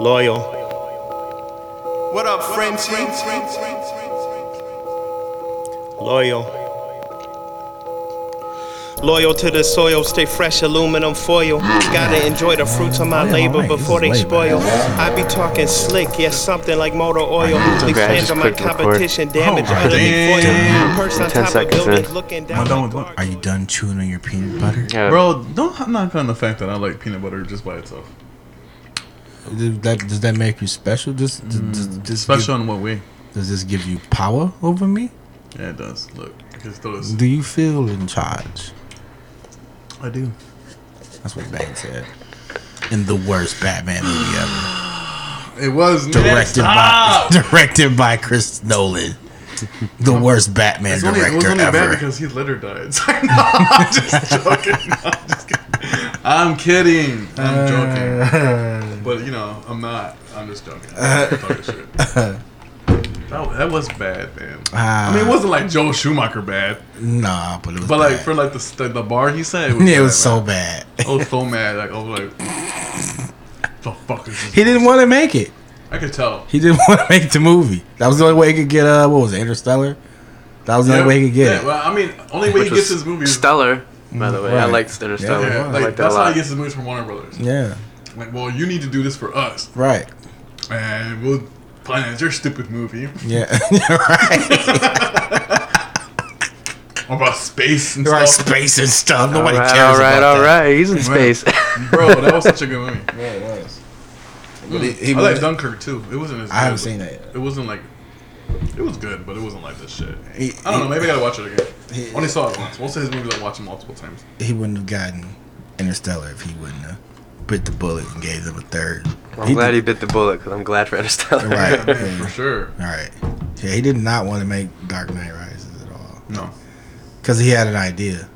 Loyal. What up, Frenchie? Loyal. Loyal to the soil, stay fresh, aluminum foil. Gotta enjoy the fruits of my Yeah, labor alright, before they this is spoil. I be talking slick, yes, something like motor oil. Okay, I Expand just on my clicked record. competition, damage Alright. utterly foil. Oh, Damn. Purse on top Ten of seconds buildings, in. looking down. Hold on, like hold on. guards. Are you done chewing on your peanut butter? Yeah. Bro, Oh, don't knock on the fact that I like peanut butter just by itself. Does that, does that make you special? Does, does, does, this Mm, Special in what way? give- does this give you power over me? Yeah, it does. Look, I can throw this. Do you feel in charge? I do. That's what Bane said. In the worst Batman movie ever. It was Directed by directed by Chris Nolan. The worst Batman It's only, it director was only bad ever. because he later died. It's like, no, I'm just joking. No, I'm just kidding. I'm kidding. Uh, I'm joking. But you know, I'm not. I'm just joking. Talking shit. That, that was bad, man. Ah. I mean, it wasn't like Joel Schumacher bad, Nah, but it was but like bad. for like the st- the bar he said, it was, Yeah, it was bad, so bad. man. I was so mad. Like I was like, the fuck is this? He didn't want to make it. I could tell. He didn't want to make the movie. That was the only way he could get uh what was it, Interstellar? That was the Yeah, only way he could get yeah, it. Well, I mean, only way he Which was gets his movies. Stellar, by the way. I Right. liked Stellar Yeah, Stellar. yeah, Yeah, I like, liked that a that's how lot. he gets his movies from Warner Brothers. yeah. Like, well, you need to do this for us. Right. and we'll finance your stupid movie Yeah. right. about space and right. stuff. Space and stuff. all Nobody right, cares all right, about all right. He's in Right. space. Bro, that was such a good movie. that. Yeah, it was. But he, he I like wanted- Dunkirk too. It wasn't as I haven't good, seen but that yet. It wasn't like it was good, but it wasn't like this shit. He- I don't he- know. Maybe I gotta watch it again. He- Only saw it once. Most of his movies I watch them multiple times. he wouldn't have gotten Interstellar if he wouldn't have bit the bullet and gave them a third. I'm glad he bit the bullet because I'm glad for Interstellar. Right. Yeah, for yeah. sure. All right. Yeah, he did not want to make Dark Knight Rises at all No. because he had an idea.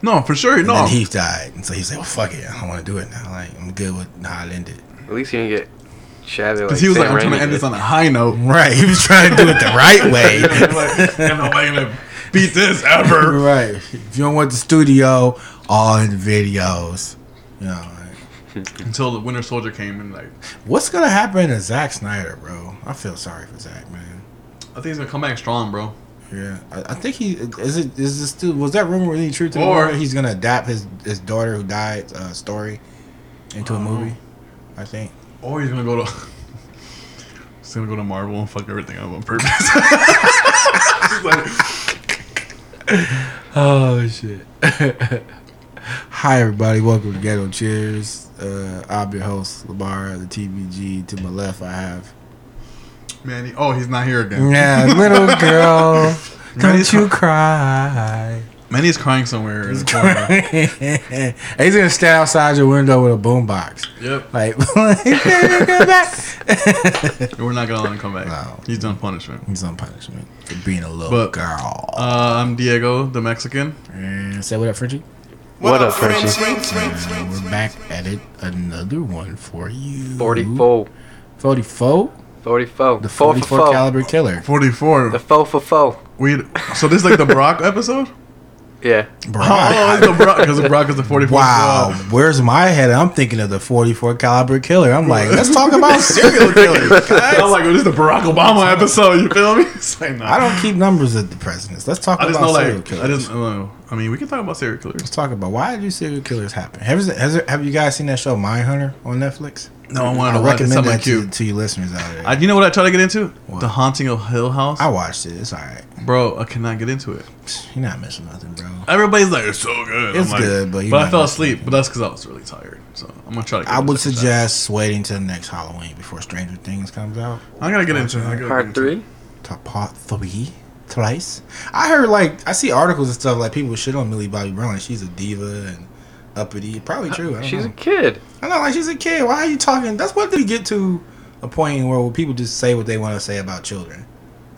No, for sure. And No. then Heath died, and so he's like, "Well, fuck it, I don't want to do it now. Like, I'm good with how it ended." At least you didn't get shabby. Because he was Sam like, I'm trying Raimi to end did. this on a high note. Right. He was trying to do it the right Yeah, I'm way. like, "Ain't nobody gonna beat this ever. right. If you don't want the studio, all in the videos. You know, like, Until the Winter Soldier came and like, what's gonna happen to Zack Snyder, bro? I feel sorry for Zack, man. I think he's gonna come back strong, bro. Yeah, I, I think he is. It is this still was that rumor really true to the Or- rumor he's gonna adapt his his daughter who died uh, story into a movie. I think. Or he's gonna go to. He's gonna go to Marvel and fuck everything up on purpose. Just like, Oh shit! Hi everybody, welcome to Ghetto Cheers. Uh, I'm your host Labar, the TBG. To my left, I have man, he, oh, he's not here again. Yeah, little girl, Manny's don't you cry. Man, he's crying somewhere in the corner. And he's gonna stand outside your window with a boombox, yep, like "Come back." we're not gonna let him come back. No. He's done punishment. he's on punishment for being a little But- girl. Uh, I'm Diego, the Mexican. And say what up, Frenchie. What up, Frenchie? And we're back at it, another one for you. 44. 44? 44. The Four for 44 four. caliber killer. The 44. four for four. We so this is like the Brock episode. Yeah. Oh, Brock. it's the Brock because Brock is the 44. Wow, where's my head? I'm thinking of the 44 caliber killer. I'm like, let's talk about serial killers. guys. I'm like, oh, this is the Barack Obama episode. You feel me? It's like, nah. I don't keep numbers of the presidents. Let's talk I just about know, serial like, killers. I just know. I mean, we can talk about serial killers. Let's talk about why do serial killers happen? Have, has, have you guys seen that show Mindhunter on Netflix? No, I I wanted to watch it. recommend Something that to, cute. to you listeners out there. I, I, you know what I try to get into? The Haunting of Hill House. watched it. It's all right. Bro, I cannot get into it. You're not missing nothing, bro. Everybody's like, it's so good. It's I'm like- good, but you're but I not fell listening. asleep. But that's because I was really tired. So I'm gonna try to. Get I into would it. suggest waiting till next Halloween before Stranger Things comes out. I'm gonna get into it. I gotta get Part into it. three. To part three, twice. I heard like I see articles and stuff like people shit on Millie Bobby Brown. Like she's a diva and uppity. Probably Uh, true. I don't She's a know. kid. I know, like she's a kid. Why are you talking? That's what they get to a point where people just say what they want to say about children.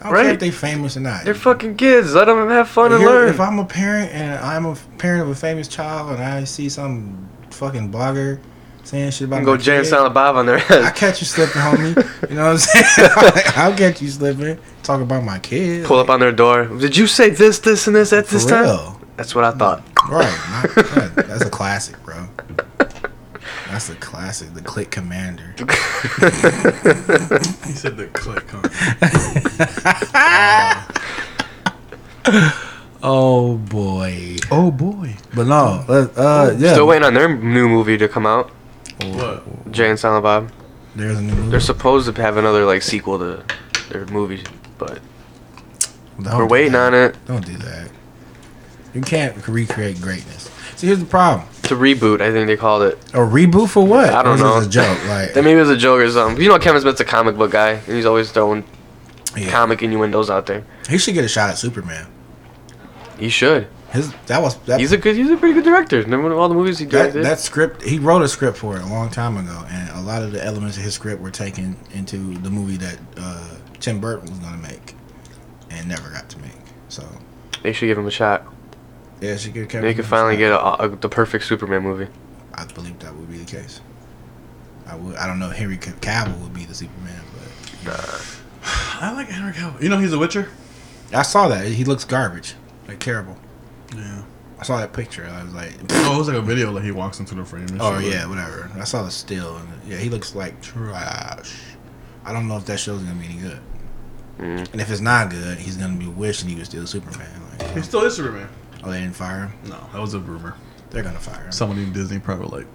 I don't care Right. if they famous or not. They're fucking kids. Let them have fun If and you're- learn. If I'm a parent and I'm a parent of a famous child and I see some fucking blogger saying shit about I'm go my Jay and kid, Silent Bob on their I head. catch you slipping, homie. You know what I'm saying? I'll catch you slipping. Talk about my kid. Pull up on their door. Did you say this, this, and this at this For time? real. That's what I thought. Right. Not, right. That's a classic, bro. That's a classic. The Click Commander. He said the click, huh? Oh boy. Oh boy. But no. Let, uh, yeah. Still waiting on their new movie to come out. What? Jay and Silent Bob. There's a new movie. They're supposed to have another like sequel to their movie, but Don't we're do waiting that. on it Don't do that. You can't recreate greatness. See, here's the problem. to reboot. I think they called it. A reboot for what? I Or don't is know. This a joke. Like, That maybe it was a joke or something. You know, Kevin Smith's a comic book guy, and he's always throwing yeah. comic innuendos out there. he should get a shot at Superman. He should. His that was that, He's a good. He's a pretty good director. Remember all the movies he that, directed? that script. He wrote a script for it a long time ago, and a lot of the elements of his script were taken into the movie that uh, Tim Burton was going to make, and never got to make. So they should give him a shot. yeah, she could. They could finally get a, a, the perfect Superman movie. I believe that would be the case. I would. I don't know. if Henry C- Cavill would be the Superman, but I like Henry Cavill. You know he's a Witcher. I saw that he looks garbage, like terrible. Yeah. I saw that picture. I was like, Oh, it was like a video like he walks into the frame. and oh shit, yeah, like- whatever. I saw the still, and yeah, he looks like trash. I don't know if that show's gonna be any good. Mm. And if it's not good, he's gonna be wishing he was still Superman. He Like, still is Superman. oh, they didn't fire him. No, that was a rumor. They're gonna fire him. Someone in Disney probably like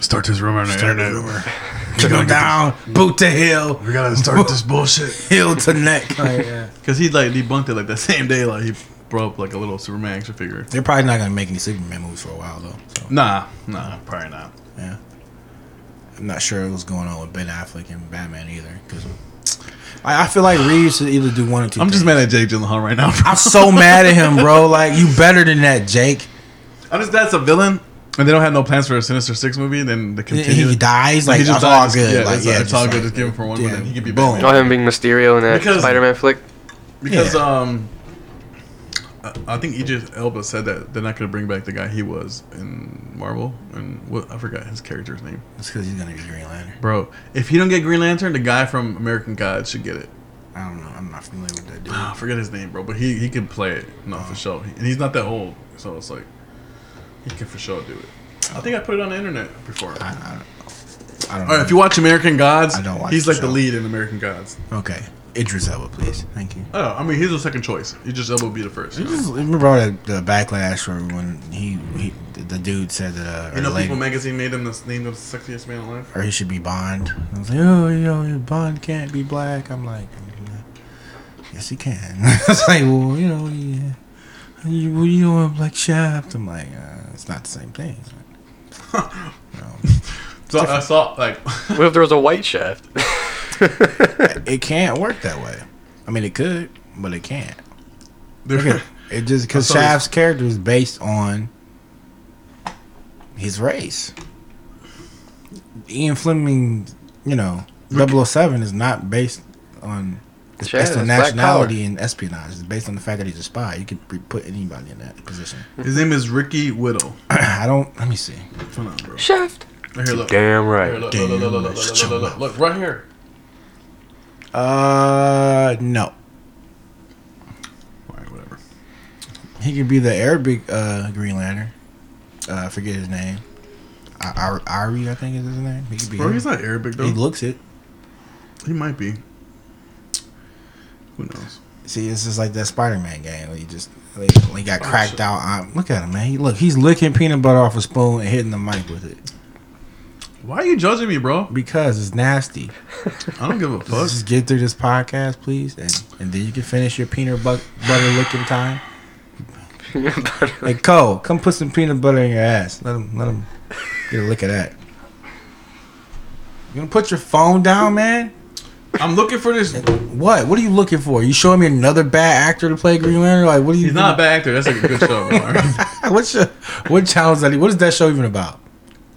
start this rumor on the Start the internet. rumor. We Took gotta him get down, this- boot to hill, We gotta start this bullshit. hill to neck. Like, yeah. Cause he like debunked it like that same day. Like he brought up like a little Superman action figure. They're probably not gonna make any Superman movies for a while though. So Nah, nah, probably not. yeah, I'm not sure what's going on with Ben Affleck and Batman either. Because I, I feel like Reeves should either do one or two. I'm just things. mad at Jake Gyllenhaal right now. bro. I'm so mad at him, bro. Like you better than that, Jake. I'm just that's a villain, and they don't have no plans for a Sinister Six movie. Then the He- continue. He dies. Like he just it's all dies. good. Yeah, like it's- uh, yeah, it's just all like, good. Just give him for one, but then he could be boom. Batman. Oh, him being Mysterio in that Because- Spider-Man flick. Because Yeah. um, I, I think Idris Elba said that they're not going to bring back the guy he was in Marvel, and what I forgot his character's name. It's because he's gonna be Green Lantern. Bro, if he don't get Green Lantern, the guy from American Gods should get it. I don't know. I'm not familiar with that dude. Ah, I forget his name, bro, but he he can play it, no for sure. And he's not that old, so it's like he can for sure do it. I think I put it on the internet before. I, All I, I don't know. right, if you watch American Gods, I don't watch he's the like the show. lead in American Gods. okay, Idris Elba, please. Thank you. Oh, I mean, he's the second choice. Idris Elba would be the first. You know, Remember all the, the backlash from when he, he the dude said that uh, You or, know the lady- People Magazine made him the name of the sexiest man alive. or he should be Bond. I was like, oh, yo, your Bond can't be black. I'm like, yes, he can. it's like, well, you know, yeah. You, well, you don't have black shaft. I'm like, uh, it's not the same thing. You know, So I saw like What if there was a white shaft? it can't work that way. I mean, it could, but it can't. there, It just because I saw this- Shaft's character is based on his race. Ian Fleming, you know, 007 is not based on it's Shaft based on is black nationality and espionage. It's based on the fact that he's a spy. You could pre- put anybody in that position. his name is Ricky Whittle. I don't. Let me see. Hold on, bro. Shaft. Right here, look. Damn Here, right. look, look, look, look, look, look, look, look, look, look, look, right here. Uh, no. All right, whatever. He could be the Arabic uh, Green Lantern. Uh, I forget his name. Ar- Ar- Ari, I think is his name. He could be. Bro, him. he's not Arabic though. he He, looks it. might be. Who knows? See, it's just like that Spider-Man game. Where you just like, he Oh, got cracked out. On, look at him, man. He, look, he's licking peanut butter off a spoon and hitting the mic with it Why are you judging me, bro? because it's nasty. I don't give a fuck. Let's just get through this podcast, please, and, and then you can finish your peanut bu- butter licking time. Hey, Cole, come put some peanut butter in your ass. Let him, let him get a look at that. You gonna put your phone down, man? I'm looking for this. What? What are you looking for? You showing me another bad actor to play Green Lantern? Like, what are you? He's not a bad actor. That's like a good show. Bro. all right? What's your, what challenge that? he- What is that show even about?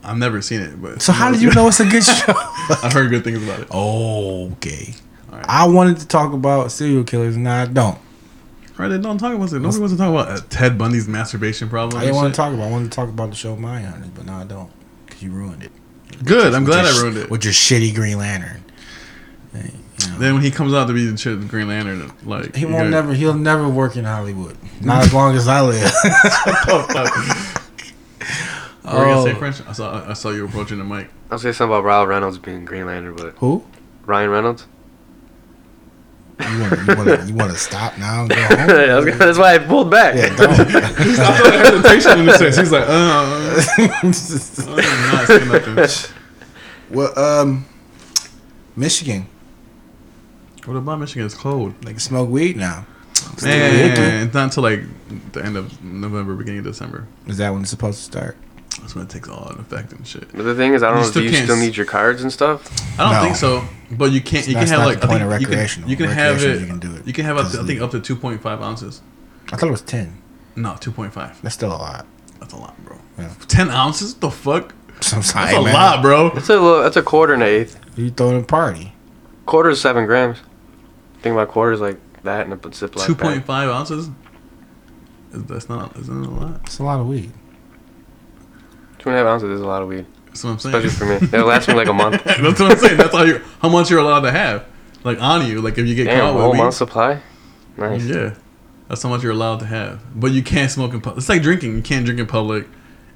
I've never seen it, but So how did you know it's a good show? I've heard good things about it. okay. Alright. I wanted to talk about serial killers, and I don't. Right? They don't talk about it. Nobody wants to talk about uh, Ted Bundy's masturbation problem. I and didn't want shit. to talk about. I wanted to talk about the show Mindhunters, but now I don't because you ruined it. Good. I'm With glad your I sh- ruined it. with your shitty Green Lantern. Hey, you know. Then when he comes out to be the shit with Green Lantern, like He you won't gotta- never. He'll never work in Hollywood. Not as long as I live. Oh, fuck. What Were you gonna Oh. say French? I saw I saw you approaching the mic. I was gonna say something about Ryan Reynolds being Green Lantern, but Who? Ryan Reynolds. You want to you wanna, you wanna stop now and go I home? was gonna- that's why I pulled back. Yeah, don't. I saw the hesitation in his face. He's like, uh, I'm not saying nothing. well, um, Michigan. What about Michigan? It's cold. They can smoke weed now. Man, it's not until like the end of November, beginning of December. Is that when it's supposed to start? That's when it takes all an effect and shit. But the thing is, I don't You know. still Do you can't still s- need your cards and stuff? I don't No. think so. But you can't. You That's can have not like the point I of think you can- recreational. You can, have Recreational, it. you can do it You can have up to, I because think the- up to 2.5 ounces. I thought it was 10. No, 2.5. That's still a lot. That's a lot, bro. Yeah. 10 ounces? What the fuck? That's That's a lot, bro. That's a little, that's a quarter and an eighth. You throwing a party. Quarter is seven grams. Think about quarters like that in a Ziploc Two point bag. five ounces. Is- That's not. Isn't it a lot? It's a lot of weed. Two and a half ounces is a lot of weed, That's what I'm saying. especially for me. It'll last me like a month. That's what I'm saying. That's all you. How much you're allowed to have, like on you, like if you get Damn, a caught whole with month weed. supply. Nice. Yeah, that's how much you're allowed to have. But you can't smoke in public. It's like drinking. You can't drink in public,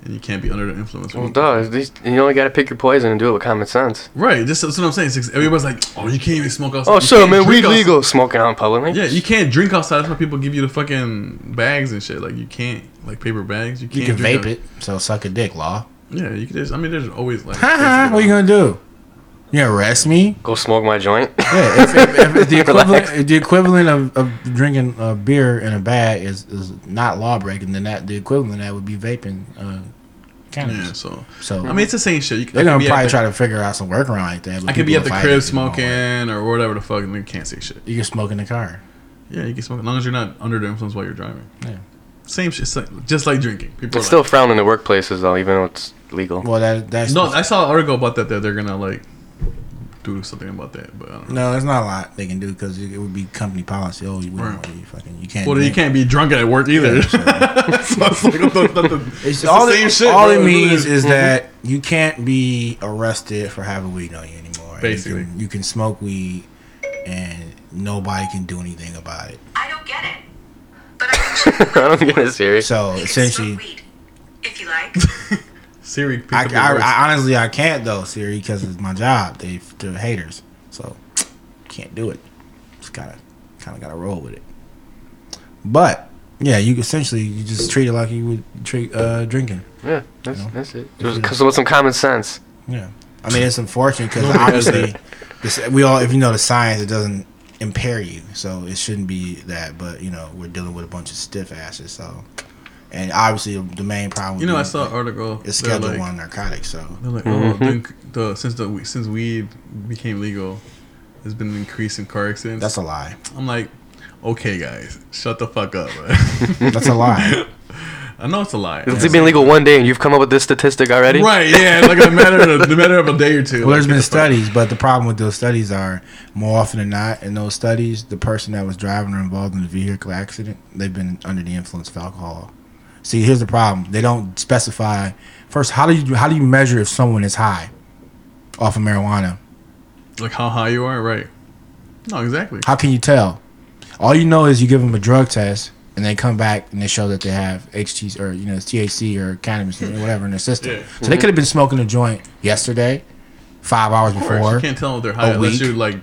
and you can't be under the influence. Well, duh. it's these- You only gotta pick your poison and do it with common sense. Right. Just that's what I'm saying. It's like- everybody's like, oh, you can't even smoke outside. Oh, You sure, can't man. drink Weed outside." legal. Smoking out in public. Like, Yeah, you can't drink outside. That's why people give you the fucking bags and shit. Like you can't, like paper bags. You You can't can drink vape it, so suck a dick, Law. out- Yeah, you can just. I mean, there's always like. Haha, what you gonna do? You gonna arrest me? Go smoke my joint. Yeah, if, if, if, the equivalent, if the equivalent of, of drinking uh, beer in a bag is, is not law breaking, then that the equivalent of that would be vaping uh, Yeah, cannabis. so So I mean, it's the same shit. You, they're I could gonna be at probably the- try to figure out some workaround like that. but I could be people at the will fight crib it, you know, smoking or whatever the fuck, and they can't say shit. like, You can smoke in the car. Yeah, you can smoke as long as you're not under the influence while you're driving. Yeah. Same shit, it's like, just like drinking. People It's are still frowned in the workplaces though, even though it's legal. Well, that that's like, no. I saw an article about that that they're gonna like do something about that, but I don't know. no, there's not a lot they can do because it, it would be company policy. Oh, you, we don't Right. want you fucking you can't. Well, you drink. can't be drunk at work either. so it's like, what the- what the- It's, it's all the same it, shit. all bro. it means really is that you can't be arrested for having weed on you anymore. You can- Basically. you can, smoke weed and nobody can do anything about it. I don't get it. But I can check. I don't get it serious. So You can essentially, smoke weed if you like. Siri. picked I, up the I, words. I honestly I can't though, Siri, because it's my job. They they're haters, so can't do it. Just gotta kind of gotta roll with it. But yeah, you essentially you just treat it like you would treat uh, drinking. Yeah, that's, that's it. Just with some common sense. Yeah, I mean it's unfortunate because Nobody has obviously, this, we all if you know the science, it doesn't impair you, so it shouldn't be that. But you know we're dealing with a bunch of stiff asses, so and obviously the main problem. you know, would I be saw an article. it's they're schedule like- one narcotics, so They're like, oh, Mm-hmm. then the, since the we- since weed became legal, there's been an increase in car accidents. that's a lie. I'm like, okay, guys, shut the fuck up. That's a lie. I know it's a lie. It's been legal one day, and you've come up with this statistic already. Right? Yeah, like in a matter of the matter of a day or two. Well, there's been like, get the fuck- studies, but the problem with those studies are more often than not, in those studies, the person that was driving or involved in the vehicle accident, they've been under the influence of alcohol. See, here's the problem: they don't specify. First, how do you how do you measure if someone is high off of marijuana? Like how high you are, right? No, exactly. How can you tell? All you know is you give them a drug test, and they come back and they show that they have HT or you know THC or cannabis or whatever in their system. Yeah. So they could have been smoking a joint yesterday, five hours Of course, before. you can't tell if they're high a unless week. you like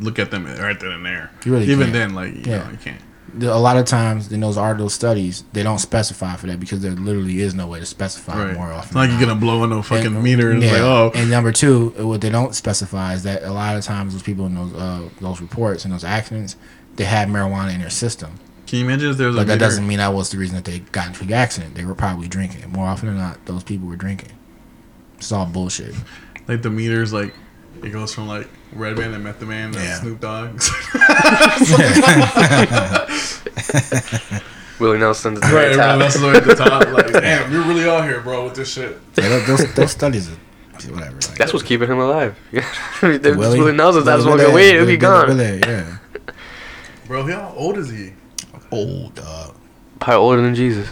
look at them right then and there. You really Even can't. then, like you Yeah. know, you can't. the- a lot of times in those article studies, they don't specify for that because there literally is no way to specify Right. more it's often. not like than you're not. gonna blow in no fucking And- meter and it's yeah. like, oh, And number two, what they don't specify is that a lot of times those people in those uh, those reports and those accidents, they had marijuana in their system. can you imagine if there's a But that meter- doesn't mean that was the reason that they got into the accident. They were probably drinking. More often than not, those people were drinking. It's all bullshit. like the meters like it goes from like Redman and Methaman to Yeah. Snoop Dogg. Willie Nelson's the right, right, everyone top. else is at the top. Like, damn, you're really out here, bro, with this shit. Yeah, those, those, those studies, are, whatever. Like, That's what's keeping him alive. Willie, Willie Nelson's Willie- not smoking Willie- weed. He'll Willie- be gone. Willie, yeah. Bro, how old is he? Old uh, dog. Probably older than Jesus.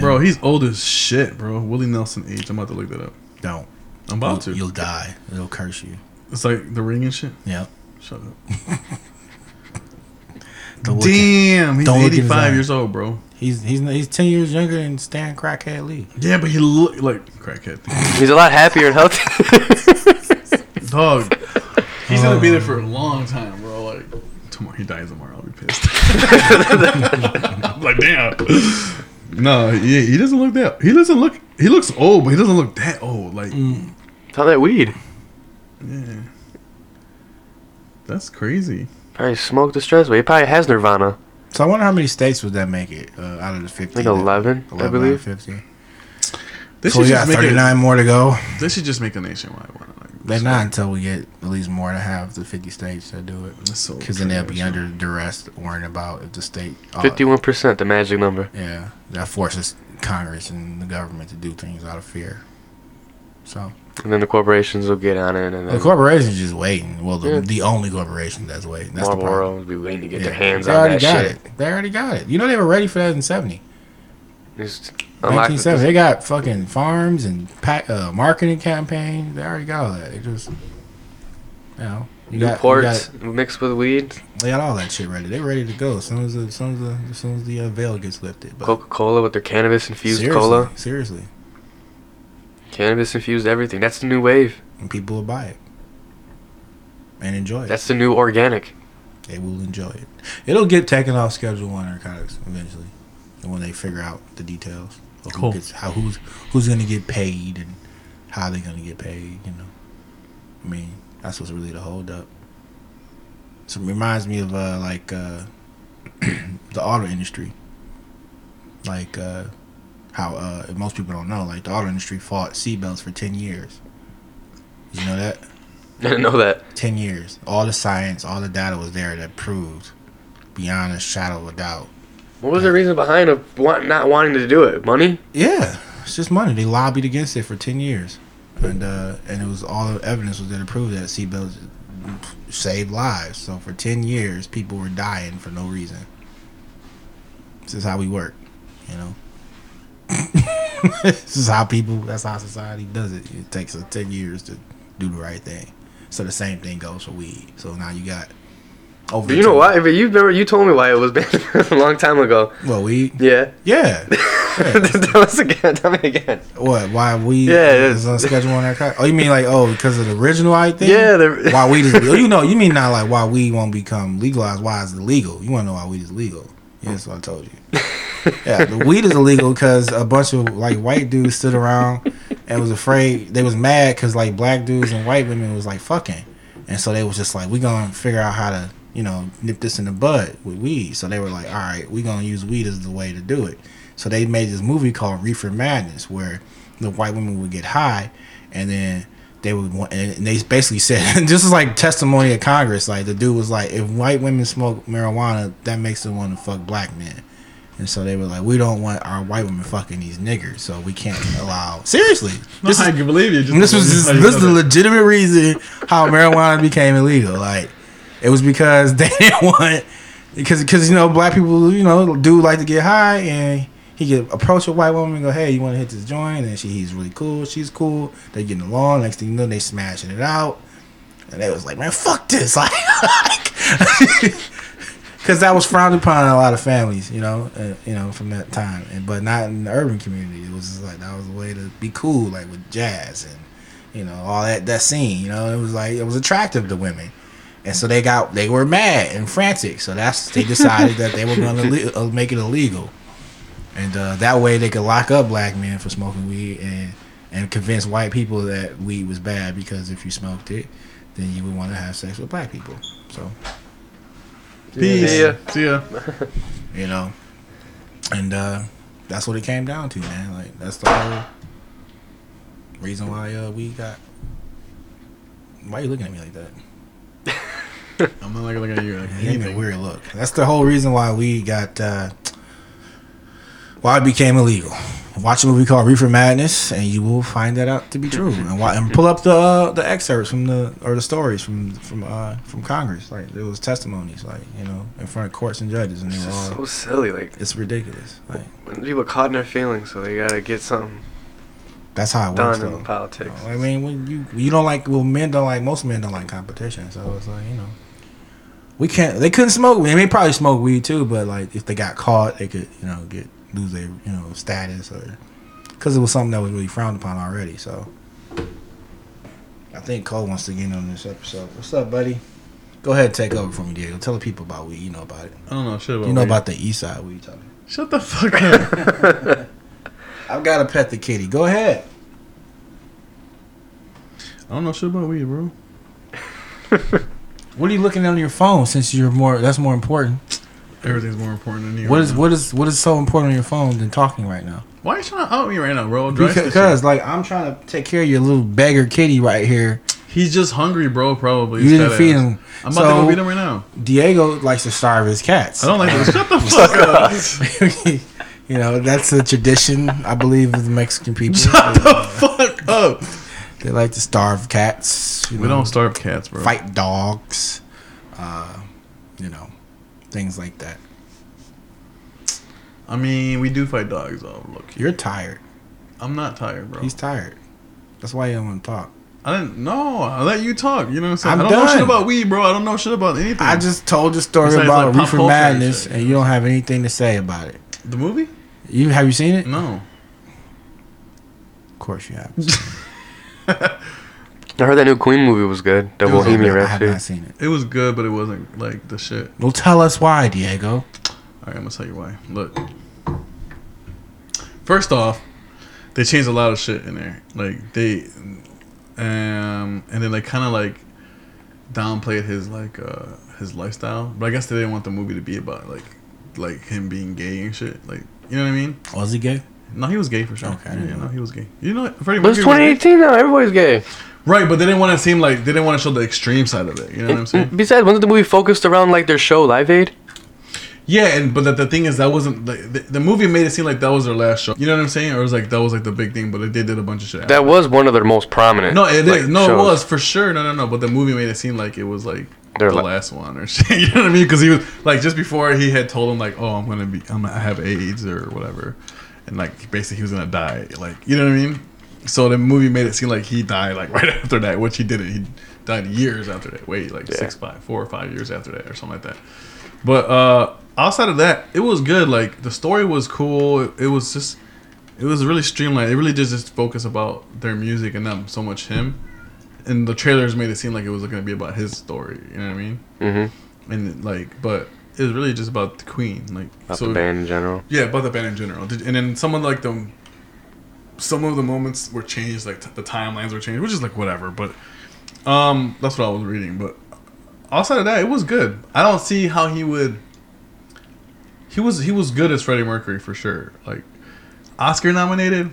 Bro, he's old as shit, bro. Willie Nelson age. I'm about to look that up. Don't. I'm about to. You'll die. It'll curse you. It's like the ring and shit. Yep. Shut up. Don't look at- Damn, he's Don't look at his eye. 85 years old, bro. He's he's he's ten years younger than Stan Crackhead Lee. Yeah, but he look like crackhead. He's a lot happier and healthy. Dog. He's gonna be there for a long time, bro. Like tomorrow he dies tomorrow, I'll be pissed. I'm like, damn. No, yeah, he doesn't look that he doesn't look he looks old, but he doesn't look that old. Like Mm. It's all that weed. yeah. That's crazy. Probably smoked the stress away. He probably has Nirvana. So I wonder how many states would that make it uh, out of the fifty? Like 11, I believe. Fifty. They So should we just got make thirty a, nine more to go. they should just make a nationwide one. Like, They're not until we get at least more to have the fifty states that do it. That's so Because then they'll be trash. under duress, worrying about if the state. uh, Fifty-one percent, the magic number. Yeah, that forces Congress and the government to do things out of fear. So And then the corporations will get on it, and the then corporation's just waiting. Well, the, Yeah. the only corporation that's waiting. That's the problem. Marlboro will be waiting to get their Yeah. hands they on already that got shit. it. They already got it. You know they were ready for that in seventy. Just unlock Nineteen seventy. the, They got fucking farms and pack, uh, marketing campaigns. They already got all that. They just, you know, you got, you got Newports mixed with weed. they got all that shit ready. They ready to go as soon as the, as soon as the, as soon as the uh, veil gets lifted. But Coca Cola with their cannabis infused seriously, cola. seriously, Cannabis infused everything. That's the new wave. and people will buy it and enjoy it. That's the new organic. they will enjoy it. It'll get taken off Schedule One narcotics eventually, and when they figure out the details of Cool. who gets, how who's who's gonna get paid and how they're gonna get paid. You know, I mean that's what's really the hold up. So it reminds me of uh, like uh, the auto industry, like uh, how uh, and most people don't know. Like the auto industry fought seatbelts for ten years. You know that. I didn't know that. 10 years. All the science, all the data was there that proved beyond a shadow of a doubt. What was the reason behind of want, not wanting to do it? Money? Yeah, it's just money. They lobbied against it for 10 years. And uh, and it was all the evidence was there to prove that seatbelts saved lives. So for 10 years, people were dying for no reason. This is how we work, you know? this is how people, that's how society does it. It takes us 10 years to do the right thing. So the same thing goes for weed. So now you got over. Do you know 10 why? If you remember, you told me why it was banned a long time ago. Well, weed. Yeah. Yeah. Tell us again. Tell me again. What? Why weed Yeah, it is is. on schedule on that? Oh, you mean like oh because of the original I thing? Yeah, the- why weed is? oh, you know, you mean not like why weed won't become legalized? Why is it illegal? You want to know why weed is legal? Yeah, that's what I told you. yeah, the weed is illegal because a bunch of like white dudes stood around and was afraid. They was mad because like black dudes and white women was like fucking, and so they was just like we gonna figure out how to you know nip this in the bud with weed. So they were like, all right, we gonna use weed as the way to do it. So they made this movie called Reefer Madness where the white women would get high and then they would want, and they basically said this is like testimony of Congress. Like the dude was like, if white women smoke marijuana, that makes them want to fuck black men. And so they were like, we don't want our white women fucking these niggers, so we can't allow. Seriously, No, I can believe you. Just and this was how you this, this know is the that. legitimate reason how marijuana became illegal. Like it was because they didn't want because because you know black people you know do like to get high and he could approach a white woman and go hey you want to hit this joint and she he's really cool she's cool they're getting along next thing you know they smashing it out and they was like man fuck this like because that was frowned upon in a lot of families you know uh, you know from that time and but not in the urban community it was just like that was a way to be cool like with jazz and you know all that that scene you know it was like it was attractive to women and so they got they were mad and frantic so that's they decided that they were going to uh make it illegal and uh, that way they could lock up black men for smoking weed and and convince white people that weed was bad because if you smoked it then you would want to have sex with black people so Peace. Yeah. See ya. you know and uh that's what it came down to man like that's the whole reason why uh we got why you looking at me like that I'm not like looking at you. Like, You gave me a anything. weird look. That's the whole reason why we got uh, why it became illegal. Watch a movie called Reefer Madness, and you will find that out to be true. And, why, and pull up the uh, the excerpts from the or the stories from from uh, from Congress. Like there was testimonies, like you know, in front of courts and judges, and It's they were just so all. silly. Like It's ridiculous. Like when people are caught in their feelings, so they gotta get something that's how it works. done in Though. politics. I mean, when you you don't like well, men don't like most men don't like competition, so it's like you know, We can't. They couldn't smoke weed. They may probably smoke weed too, but like if they got caught, they could you know get lose their you know status or because it was something that was really frowned upon already. So I think Cole wants to get in on this episode. What's up, buddy? Go ahead, and take over from me, Diego. Tell the people about weed. You know about it. I don't know shit about You know weed. about the East Side weed. Topic. Shut the fuck up. I've got to pet the kitty. Go ahead. I don't know shit about weed, bro. What are you looking at on your phone? Since you're more, that's more important. Everything's more important than you. What right is now. what is what is so important on your phone than talking right now? Why are you trying to out me right now, bro? Dry this Because like I'm trying to take care of your little beggar kitty right here. shit. he's just hungry, bro. Probably. You He's didn't fat feed ass. him. I'm about to So go feed him right now. Diego likes to starve his cats. I don't like this. Shut the fuck up. you know that's a tradition I believe of the Mexican people. Shut the fuck up. They like to starve cats. you We know, don't starve cats, bro. fight dogs. Uh, you know things like that. I mean, we do fight dogs, though. Look, You're tired. I'm not tired, bro. He's tired. That's why you don't want to talk. I didn't. No, I let you talk. You know what I'm saying? I'm I do not know done. shit about weed, bro. I don't know shit about anything. I just told the story Besides, about like, pop Reefer culture and Madness, shit. and you don't have anything to say about it. the movie? You have you seen it? No. Of course you have. I heard that new Queen movie was good. The was Bohemian I have Rhapsody. not seen it. It was good, but it wasn't like the shit. Well, tell us why, Diego. All right, I'm gonna tell you why. Look, first off, they changed a lot of shit in there. Like they, um, and then they kind of like downplayed his like uh his lifestyle. But I guess they didn't want the movie to be about like like him being gay and shit. Like you know what I mean? Was he gay? No, he was gay for sure. Okay, I didn't yeah, know no, he was gay. You know, what? Freddie But it's Mercury was gay. 2018 now. Everybody's gay. Right, but they didn't want to seem like they didn't want to show the extreme side of it. You know what I'm saying? Besides, wasn't the movie focused around like their show Live Aid? Yeah, and but the, the thing is that wasn't like, the, the movie made it seem like that was their last show. You know what I'm saying? Or it was like that was like the big thing, but they did, did a bunch of shit. after. That was one of their most prominent. no, it is like, no, it shows. was for sure. No, no, no. But the movie made it seem like it was like Their the la- last one or shit. You know what I mean? Because he was like just before he had told him like, oh, I'm gonna be, I'm gonna have AIDS or whatever, and like basically he was gonna die. Like you know what I mean? So the movie made it seem like he died like right after that, which he didn't. He died years after that. Wait, like Yeah. six, five, four or five years after that, or something like that. But uh outside of that, it was good. Like the story was cool. It, it was just, it was really streamlined. It really just just focused about their music and not so much him. And the trailers made it seem like it was going to be about his story. You know what I mean? Mm-hmm. And like, but it was really just about the Queen. Like, Not the band in general. yeah, about the band in general. Did- And then some of like the some of the moments were changed, like t- the timelines were changed, which is like whatever. But um, that's what I was reading. But outside of that, it was good. I don't see how he would. He was he was good as Freddie Mercury for sure. Like Oscar nominated.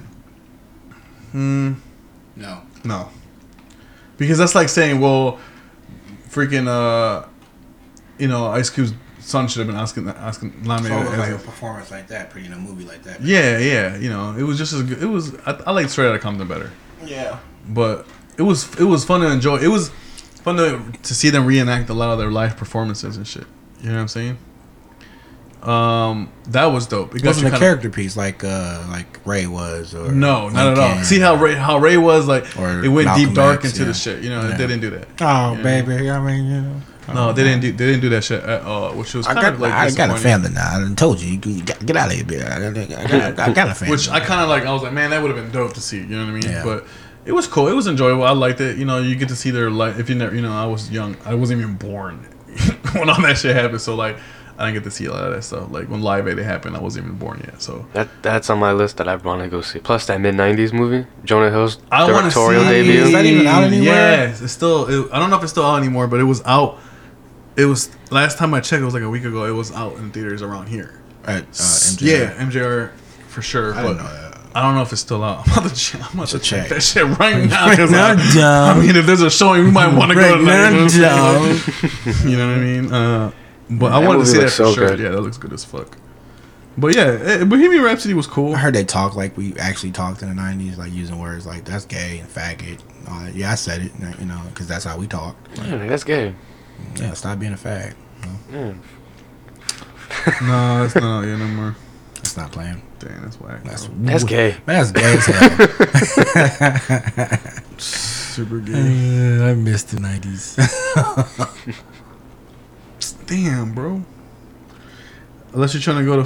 Hmm. No. No. Because that's like saying, well, freaking, uh, you know, Ice Cube's son should have been Oscar, Oscar nominated. as a- performance like that, putting in a movie like that. yeah, yeah, you know, it was just as good. It was I, I like Straight Outta Compton better, Yeah. but it was it was fun to enjoy. It was fun to to see them reenact a lot of their live performances and shit. You know what I'm saying? Um, that was dope. It It got you wasn't a kinda- character piece like uh like Ray was or No, not at all. Lincoln. See how Ray how Ray was like. Or it went Malcolm deep dark X, into yeah. the shit. You know, Yeah. they didn't do that. Oh Yeah. baby, I mean you know. No, they didn't do they didn't do that shit at all, which was I kind got, of like I got a disappointing. family now. I done told you, you can- get, get out of here, bitch. I got, I got, I got a family. Which I kind of like. I was like, man, that would have been dope to see. You know what I mean? Yeah. But it was cool. It was enjoyable. I liked it. You know, you get to see their life. If you never, you know, I was young. I wasn't even born when all that shit happened. So like, I didn't get to see a lot of that stuff. Like when Live Aid happened, I wasn't even born yet. So That that's on my list that I want to go see. Plus that mid '90s movie, Jonah Hill's I want to see. directorial Is debut. that even out anywhere? Yes, it's still. It, I don't know if it's still out anymore, but it was out. It was last time I checked. It was like a week ago. It was out in theaters around here. At, uh, MJ. Yeah, MJR for sure. didn't but know that. I don't know if it's still out. I'm about to, che- I'm about to check check. that shit right now. Right 'cause now, I, dumb. I mean, if there's a showing, we might want to go Right to that. now, You, know what I'm Joe. saying? You know what I mean? Uh, but I That wanted to movie see that looks for so sure. good. Yeah, that looks good as fuck. But yeah, eh, Bohemian Rhapsody was cool. I heard they talk like we actually talked in the '90s, like using words like "that's gay" and "faggot." And all that. Yeah, I said it, you know, because that's how we talk. Yeah, like, that's gay. Yeah, stop being a fag. You know? no, it's not out yet no more. That's not playing. Dang, that's whack. That's bro. That's gay. Man, that's gay as hell. super gay. Yeah, I missed the '90s. Damn, bro. Unless you're trying to go to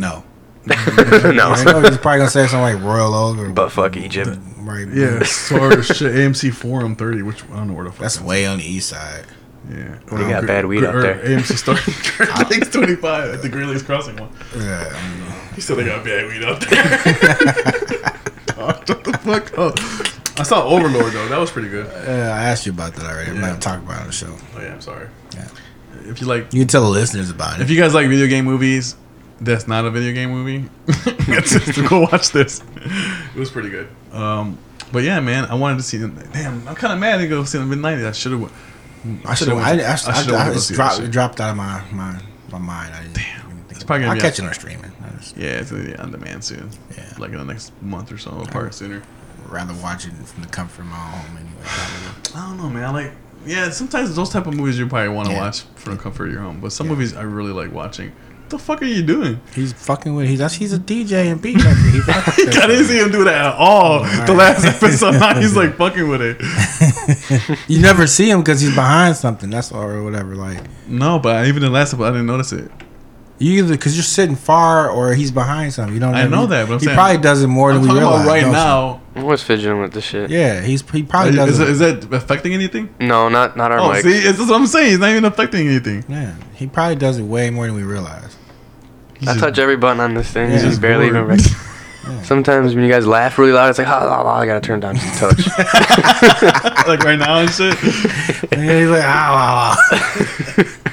No. no. I know he's probably gonna say something like Royal Oak or But fuck Egypt. right. Yeah, sorry, shit. AMC Forum 30, which I don't know where the fuck. That's way on the east side. Yeah, They got bad weed out or there. AMC Star Great Lakes 25 at the Great Lakes Crossing one. Yeah. I mean, He still they got bad weed out there. Dog, Shut the fuck up. I saw Overlord though. That was pretty good. uh, I asked you about that already. I'm Yeah. not gonna talk about it on the show. Oh yeah, I'm sorry. Yeah. If you like, You can tell the listeners about if it. you guys like video game movies, that's not a video game movie. that's just- go watch this. It was pretty good. Um, but yeah, man, I wanted to see. them. Damn, I'm kind of mad I didn't go see them midnight. I should have. I should have. I, I, I, should've went I, to just see that dropped, shit. it dropped out of my my, my mind. I didn't Damn. Even think it's probably I'll gonna be catch out- it on streaming. I just Yeah, it's gonna be on demand soon. Yeah. like in the next month or so, or probably sooner. rather watch it from the comfort of my own home anyway. I don't know, man. I Like, yeah, sometimes those type of movies you probably want to Yeah. watch from the comfort of your home, but some movies I really like watching. What the fuck are you doing? He's fucking with. He's he's a DJ and beatmaker. He fucking. I didn't see him do that at Oh, all. The last episode, now he's like fucking with it. You never see him because he's behind something. That's all or whatever. Like No, but even the last episode, I didn't notice it. you either because you're sitting far or he's behind something. You don't. I know that, but I'm he saying- probably does it more than I'm we talking realize about right don't you? now. What's fidgeting with this shit? Yeah, he's he probably does Is, it. is that affecting anything? No, not not our Oh, mics. see, it's that's what I'm saying. It's not even affecting anything. yeah, he probably does it way more than we realize. He's I just- touch every button on this thing. He's you just barely bored. even recognize. Sometimes when you guys laugh really loud, it's like, ha la la, I gotta turn it down to touch. like right now and shit. And he's like, ah, ah, ah.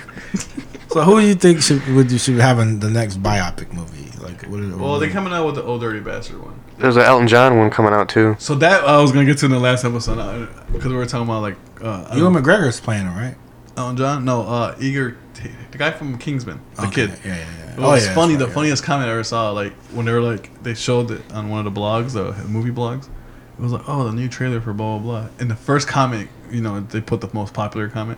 So who do you think should would you should have in the next biopic movie? Like what? Is, well, they coming out with the old dirty bastard one. There's an Elton John one coming out too. So that I was gonna get to in the last episode because we were talking about like uh, I don't Ewan McGregor's playing him, right? Elton John? No, uh, Eager, T- the guy from Kingsman, the Okay, kid. Yeah, yeah, yeah. It was Oh, yeah, funny. that's The right, yeah. funniest comment I ever saw, like when they were like they showed it on one of the blogs, the movie blogs. It was like, oh, the new trailer for blah blah blah. And the first comment, you know, they put the most popular comment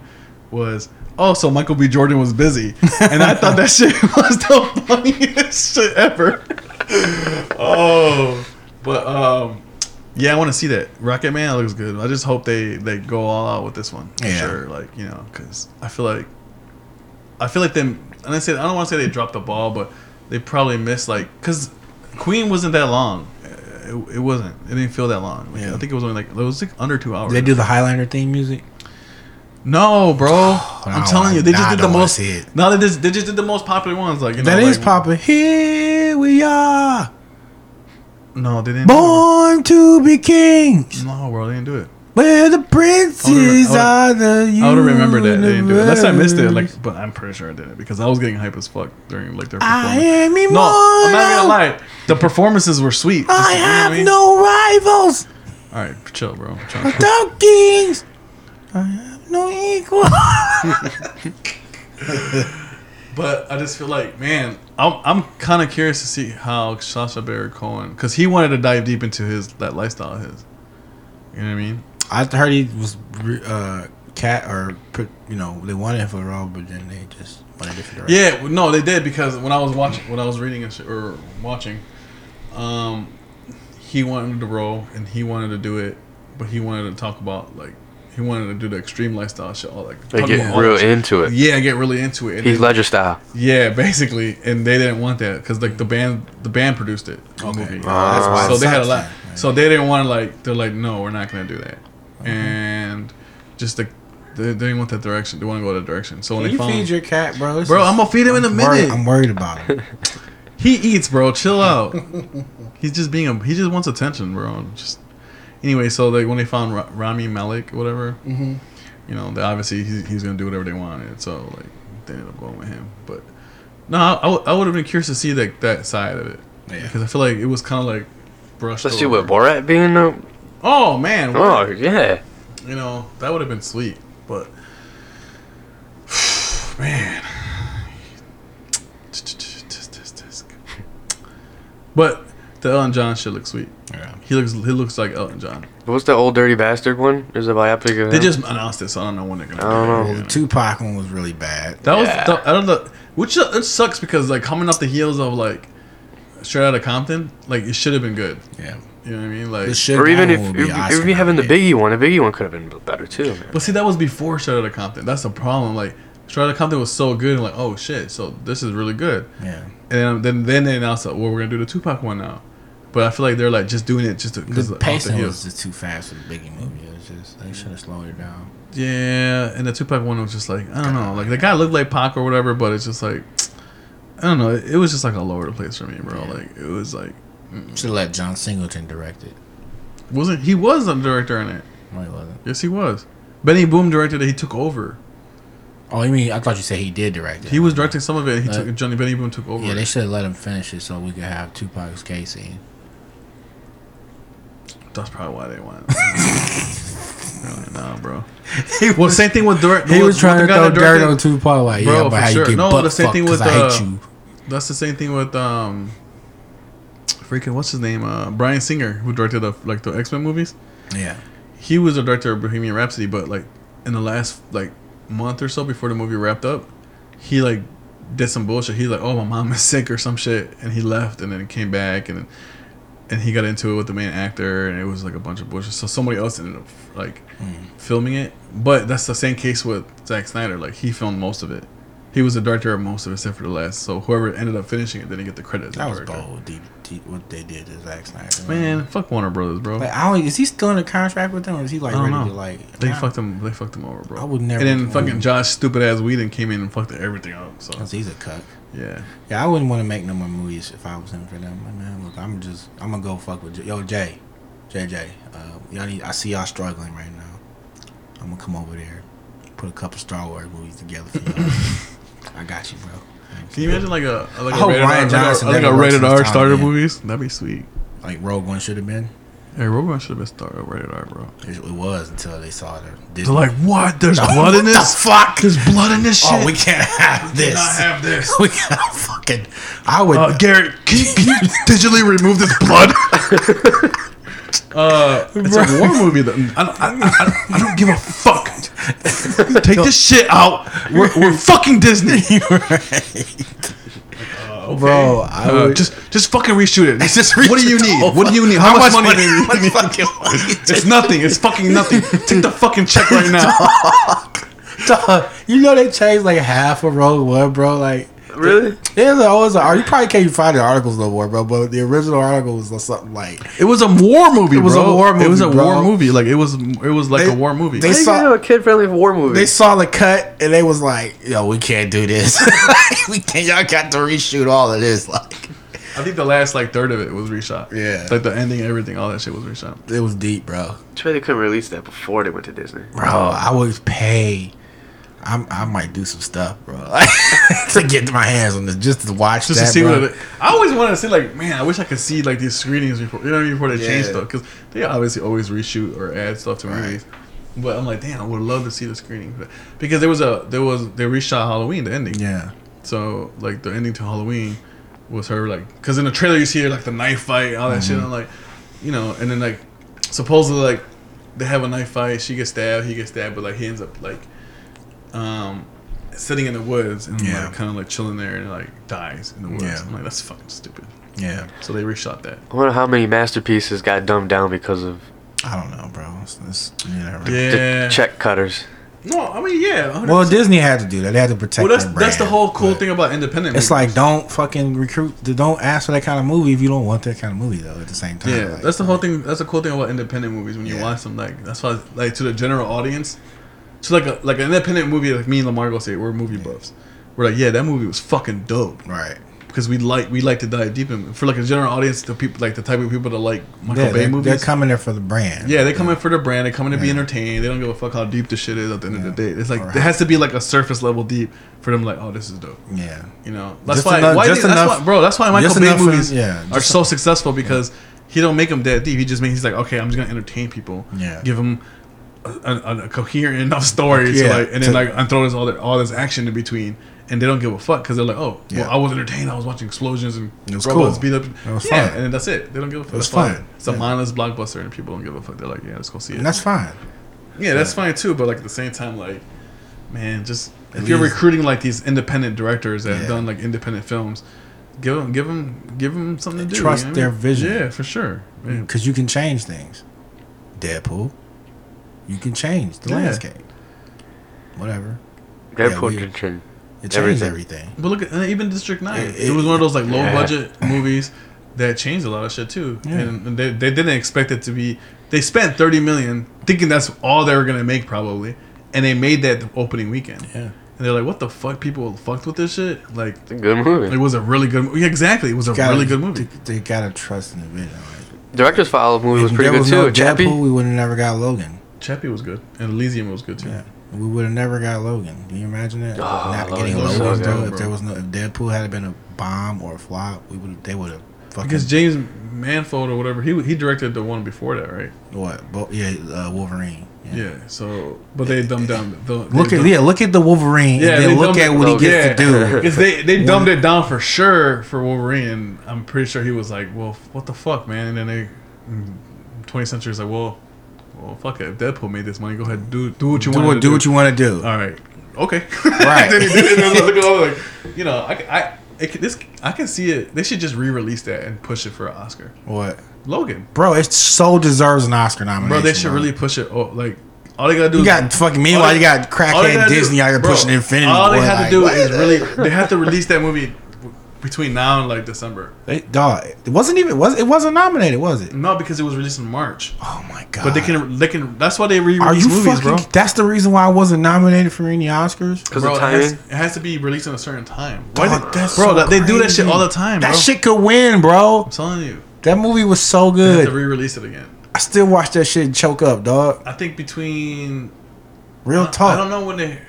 was, oh, so Michael B. Jordan was busy, and I thought that shit was the funniest shit ever. oh, but um. Yeah, I want to see that Rocket Man looks good. I just hope they they go all out with this one. for Yeah. Sure, like you know, because I feel like I feel like them. And I said I don't want to say they dropped the ball, but they probably missed like because Queen wasn't that long. It, it wasn't. It didn't feel that long. Like, Yeah. I think it was only like it was like under two hours. Did they do the Highlander theme music? no, bro. I'm I telling wanna- you, they Oh, nah, just I did the don't wanna most. see it. No, they just they just did the most popular ones. Like you That know, is like- Papa. Here we are, No, they didn't. do it. born to be kings. No, bro, they didn't do it. Where the princes I are the. I would have remembered that they didn't do it. Unless I missed it, universe. like, but I'm pretty sure I didn't because I was getting hype as fuck during like their performance. I am immortal. no, I'm not gonna lie. The performances were sweet. I Just, you know what have mean? no rivals. All right, chill, bro. Chill. No kings. I have no equal. but I just feel like, man, I'm I'm kind of curious to see how Sasha Baron Cohen, because he wanted to dive deep into his that lifestyle of his. You know what I mean? I heard he was re- uh, cat or put, you know they wanted him for the role, but then they just wanted it for the role. Yeah, well, no, they did because when I was watching, when I was reading and sh- or watching, um, he wanted to roll and he wanted to do it, but he wanted to talk about like he wanted to do the extreme lifestyle shit, all like They talk get about all real that shit. into it. Yeah, get really into it. And He's then- Ledger style. yeah, basically, and they didn't want that because like the band, the band produced it. the Okay. movie. Ah, that's why so it they had a sucks lot. then, right? So they didn't want to like. They're like, no, we're not gonna do that, and just the they, they didn't want that direction. They want to go that direction. So when Can they you found, feed your cat, bro? This bro, is- I'm gonna feed him in a minute. Worried, I'm worried about it. He eats, bro. Chill out. he's just being a. He just wants attention, bro. Just anyway. So like when they found Ra- Rami Malek, or whatever, you know, they obviously he's, he's gonna do whatever they wanted. So like they ended up going with him. But no, I, would have been curious to see like that side of it Yeah. because I feel like it was kind of like brushed. Let's see what over. Borat being though. Oh man, Oh yeah. you know that would have been sweet, but man. But the Elton John shit looks sweet. Yeah. He looks he looks like Elton John. What's the old dirty bastard one? There's a biopic of They him. just announced it, so I don't know when they're gonna. I don't know. Well, the Tupac one was really bad. That was Yeah. the, I don't know, which uh, it sucks because like coming off the heels of like Straight Outta Compton, like it should have been good. Yeah. You know what I mean? Like, The Suge or Oh, one even if would it be would be, it Oscar would be having the nominated. Biggie one, the Biggie one could have been better too. man. but see, that was before Straight Outta Compton. That's the problem. Like Strata Compton was so good, and like, oh shit, so this is really good. Yeah. And then then they announced that well, we're gonna do the Tupac one now. But I feel like they're like just doing it just because The of off the pacing heels. was just too fast for the Biggie movie. It was just they should have slowed it down. Yeah, and the Tupac one was just like I don't know, like the guy looked like Pac or whatever, but it's just like I don't know. It was just like all over the place for me, bro. Like it was like Should have let John Singleton direct it. wasn't he was the director in it? No, he wasn't. Yes, he was. Benny Boom directed it. He took over. Oh, you mean I thought you said he did direct it? He was directing some of it. He Uh, took Johnny Benny Boom took over. Yeah, they should have let him finish it so we could have Tupac's case scene. That's probably why they went. Really, nah, bro. Well, same thing with direct. He with- was with trying the to guy throw that dirt directed- on Tupac, like, Bro, yeah, for but how sure. you get No, butt the same fucked thing 'cause with, I hate uh, you. That's the same thing with um, freaking what's his name? Uh, Brian Singer, who directed the like the X Men movies. Yeah, He was the director of Bohemian Rhapsody, but like in the last like month or so before the movie wrapped up, he like did some bullshit. He like, oh my mom is sick or some shit, and he left, and then came back, and and he got into it with the main actor, and it was like a bunch of bullshit. So somebody else ended up like Mm. filming it, but that's the same case with Zack Snyder. Like he filmed most of it. He was the director of most of it, except for the last. So whoever ended up finishing it didn't get the credit. as the that was director. bold. Deep, deep, what they did to Zack Snyder. Man, fuck Warner Brothers, bro. Like, I don't, is he still in a contract with them, or is he like I ready don't to know. like? They nah, fucked him. They fucked him over, bro. I would never And then do fucking that. Josh, stupid ass Whedon, came in and fucked everything up. So 'cause he's a cuck. yeah, Yeah, I wouldn't want to make no more movies if I was in for them. Like, man, look, I'm just, I'm gonna go fuck with J- yo Jay, JJ. Uh, y'all need, I see y'all struggling right now. I'm gonna come over there, put a couple Star Wars movies together for y'all. I got you, bro. can you imagine like a like I a hope rated Oh, Ryan R, like a, Johnson like never a works rated in R his time starter again. movies? That'd be sweet. Like Rogue One should have been. Hey, Rogue One should have been started rated R, bro. It it was until they saw the They're Disney. like, what? There's blood What in the this. fuck? There's blood in this shit. oh, we can't have this. cannot have this. we gotta fucking. I would. Uh, Garrett, can you, can you digitally remove this blood? uh, it's a war movie. Though. I, don't- I, I, I don't give a fuck. Take this shit out. We're, we're fucking Disney. bro, I Uh, would. just just fucking reshoot it. just what do you reshoot the need? whole What do you need? How, How much, much money? do you money? need? How much fucking money? It's nothing. It's fucking nothing. Take the fucking check right now. Dog, you know they changed like half of Rogue One, bro. Like Really? there's always a you probably can't even find the articles no more, bro. But the original article was something like It was a war movie. It was a bro. war It was a movie, bro. war movie. Like it was. It was like They- a war movie. they- They saw- saw a kid-friendly war movie. they saw the cut and they was like, yo, we can't do this. we can't. Y'all got to reshoot all of this. Like I think the last like third of it was reshot. Yeah. like the ending, everything, all that shit was reshot. it was deep, bro. It's really couldn't release that before they went to Disney. Bro, Oh. I would pay. I'm, I might do some stuff, bro, to get my hands on this just to watch Just that. to see bro. what it, I always wanted to see. Like, man, I wish I could see like these screenings before you know what I mean, before they change Yeah. stuff because they obviously always reshoot or add stuff to Right. movies. But I'm like, damn, I would love to see the screening because there was a there was they reshot Halloween the ending. yeah, So like the ending to Halloween was her like because in the trailer you see her like the knife fight all that Mm-hmm. shit. I'm like, you know, and then like supposedly like they have a knife fight. She gets stabbed. He gets stabbed. But like he ends up like um sitting in the woods and Yeah. like kind of like chilling there and like dies in the woods. Yeah. I'm like that's fucking stupid. yeah. So they reshot that. I wonder how many masterpieces got dumbed down because of I don't know, bro. It's, it's, you never- the Yeah. check cutters. No, I mean yeah. 100%. Well, Disney had to do that. They had to protect. Well, that's their that's the brand, whole cool but- thing about independent. It's movies. like don't fucking recruit. Don't ask for that kind of movie if you don't want that kind of movie though. At the same time, Yeah, Like, that's the whole thing. That's the cool thing about independent movies when you Yeah. watch them. Like that's why, like to the general audience, so like a, like an independent movie. Like me and Lamar go say we're movie buffs. We're like, yeah, that movie was fucking dope right. because we like we like to dive deep in for like a general audience. The people like the type of people that like Michael Yeah, Bay they're, they're movies. coming there for the brand. yeah, they come in for the brand. They come in to be Yeah. entertained. They don't give a fuck how deep the shit is at the end of the Yeah. day. It's like Or it how- has to be like a surface level deep for them. Like, oh, this is dope. yeah. You know, that's Just why, enough- why just that's enough- why- bro. That's why Michael just Bay enough for- movies yeah, are just- so successful because he don't make them that deep. He just makes he's like, okay, I'm just gonna entertain people. Yeah. give them a, a, a coherent enough story. to Yeah, like, and to- then like I throw this all that all this action in between, and they don't give a fuck because they're like, oh, Yeah. well, I was entertained. I was watching explosions and It was robots cool. beat up. It was yeah, fun. and then that's it. They don't give a fuck. was That's why fun. It's a Yeah. mindless blockbuster, and people don't give a fuck. They're like, yeah, let's go see it. And that's fine. Yeah, that's fine too. But like at the same time, like man, just if At you're least- recruiting like these independent directors that have Yeah. done like independent films, give them, give them, give them something to do. Trust what I their mean? vision. Yeah, for sure. Yeah. Because you can change things. Deadpool. You can change the Yeah. landscape. Whatever. That Yeah, put we- it in- It changed Everything. everything. But look at and even District Nine. It, It- was one of those like low Yeah. budget movies that changed a lot of shit too. Yeah. And they, they didn't expect it to be. They spent thirty million thinking that's all they were gonna make probably, and they made that the opening weekend. Yeah. And they're like, what the fuck? People fucked with this shit. Like, It's a good movie. it was a really good. Yeah, exactly. It was a Gotta- really good movie. They, they gotta trust in the video. Like, Director's File movie was if pretty there good was too. no Deadpool, Chappie. we would have never got Logan. Chappie was good, and Elysium was good too. Yeah. We would have never got Logan. Can you imagine that? Not Logan getting Ah, was so Logan. good, though, bro. if there was no, if Deadpool had been a bomb or a flop, we would they would have fucking Because James Manfold or whatever, he he directed the one before that, right? what? Bo- yeah, uh, Wolverine. Yeah. So, but they dumbed down. The, they Look at dumbed- yeah, look at the Wolverine. Yeah, and they then look dumbed- at what he Logan. gets to do. Because they, they dumbed it down for sure for Wolverine. and I'm pretty sure he was like, well, f- what the fuck, man? And then mm, they, 20th century's like, well, well, fuck it. If Deadpool made this money, go ahead, do do what you Do want to what do what you want to do. All right, okay. Right. then he did it, and I was like, oh, like, you know, I, I, it, could- this, I can see it. They should just re-release that and push it for an Oscar. What, Logan, bro? It so deserves an Oscar nomination. bro, they should really push it. Oh, like all they gotta do You is got fucking meanwhile all you they- got all they crackhead gotta do- Disney out here bro, pushing Infinity. All they Boy, have like, to do what? is really they have to release that movie w- between now and like December. They, dog, it wasn't even was it wasn't nominated, was it? No, because it was released in March. Oh my god! But they can they can that's why they re Are release you movies, fucking? bro. That's the reason why I wasn't nominated for any Oscars. Because Bro, of it has, timing. it has to be released in a certain time. Why Dog, they, that's bro, so that, they do that shit crazy. all the time. That bro. shit could win, bro. I'm telling you, That movie was so they have to good. re-release it again. I still watch that shit choke up, dog. I think between Real I- talk. I don't know when they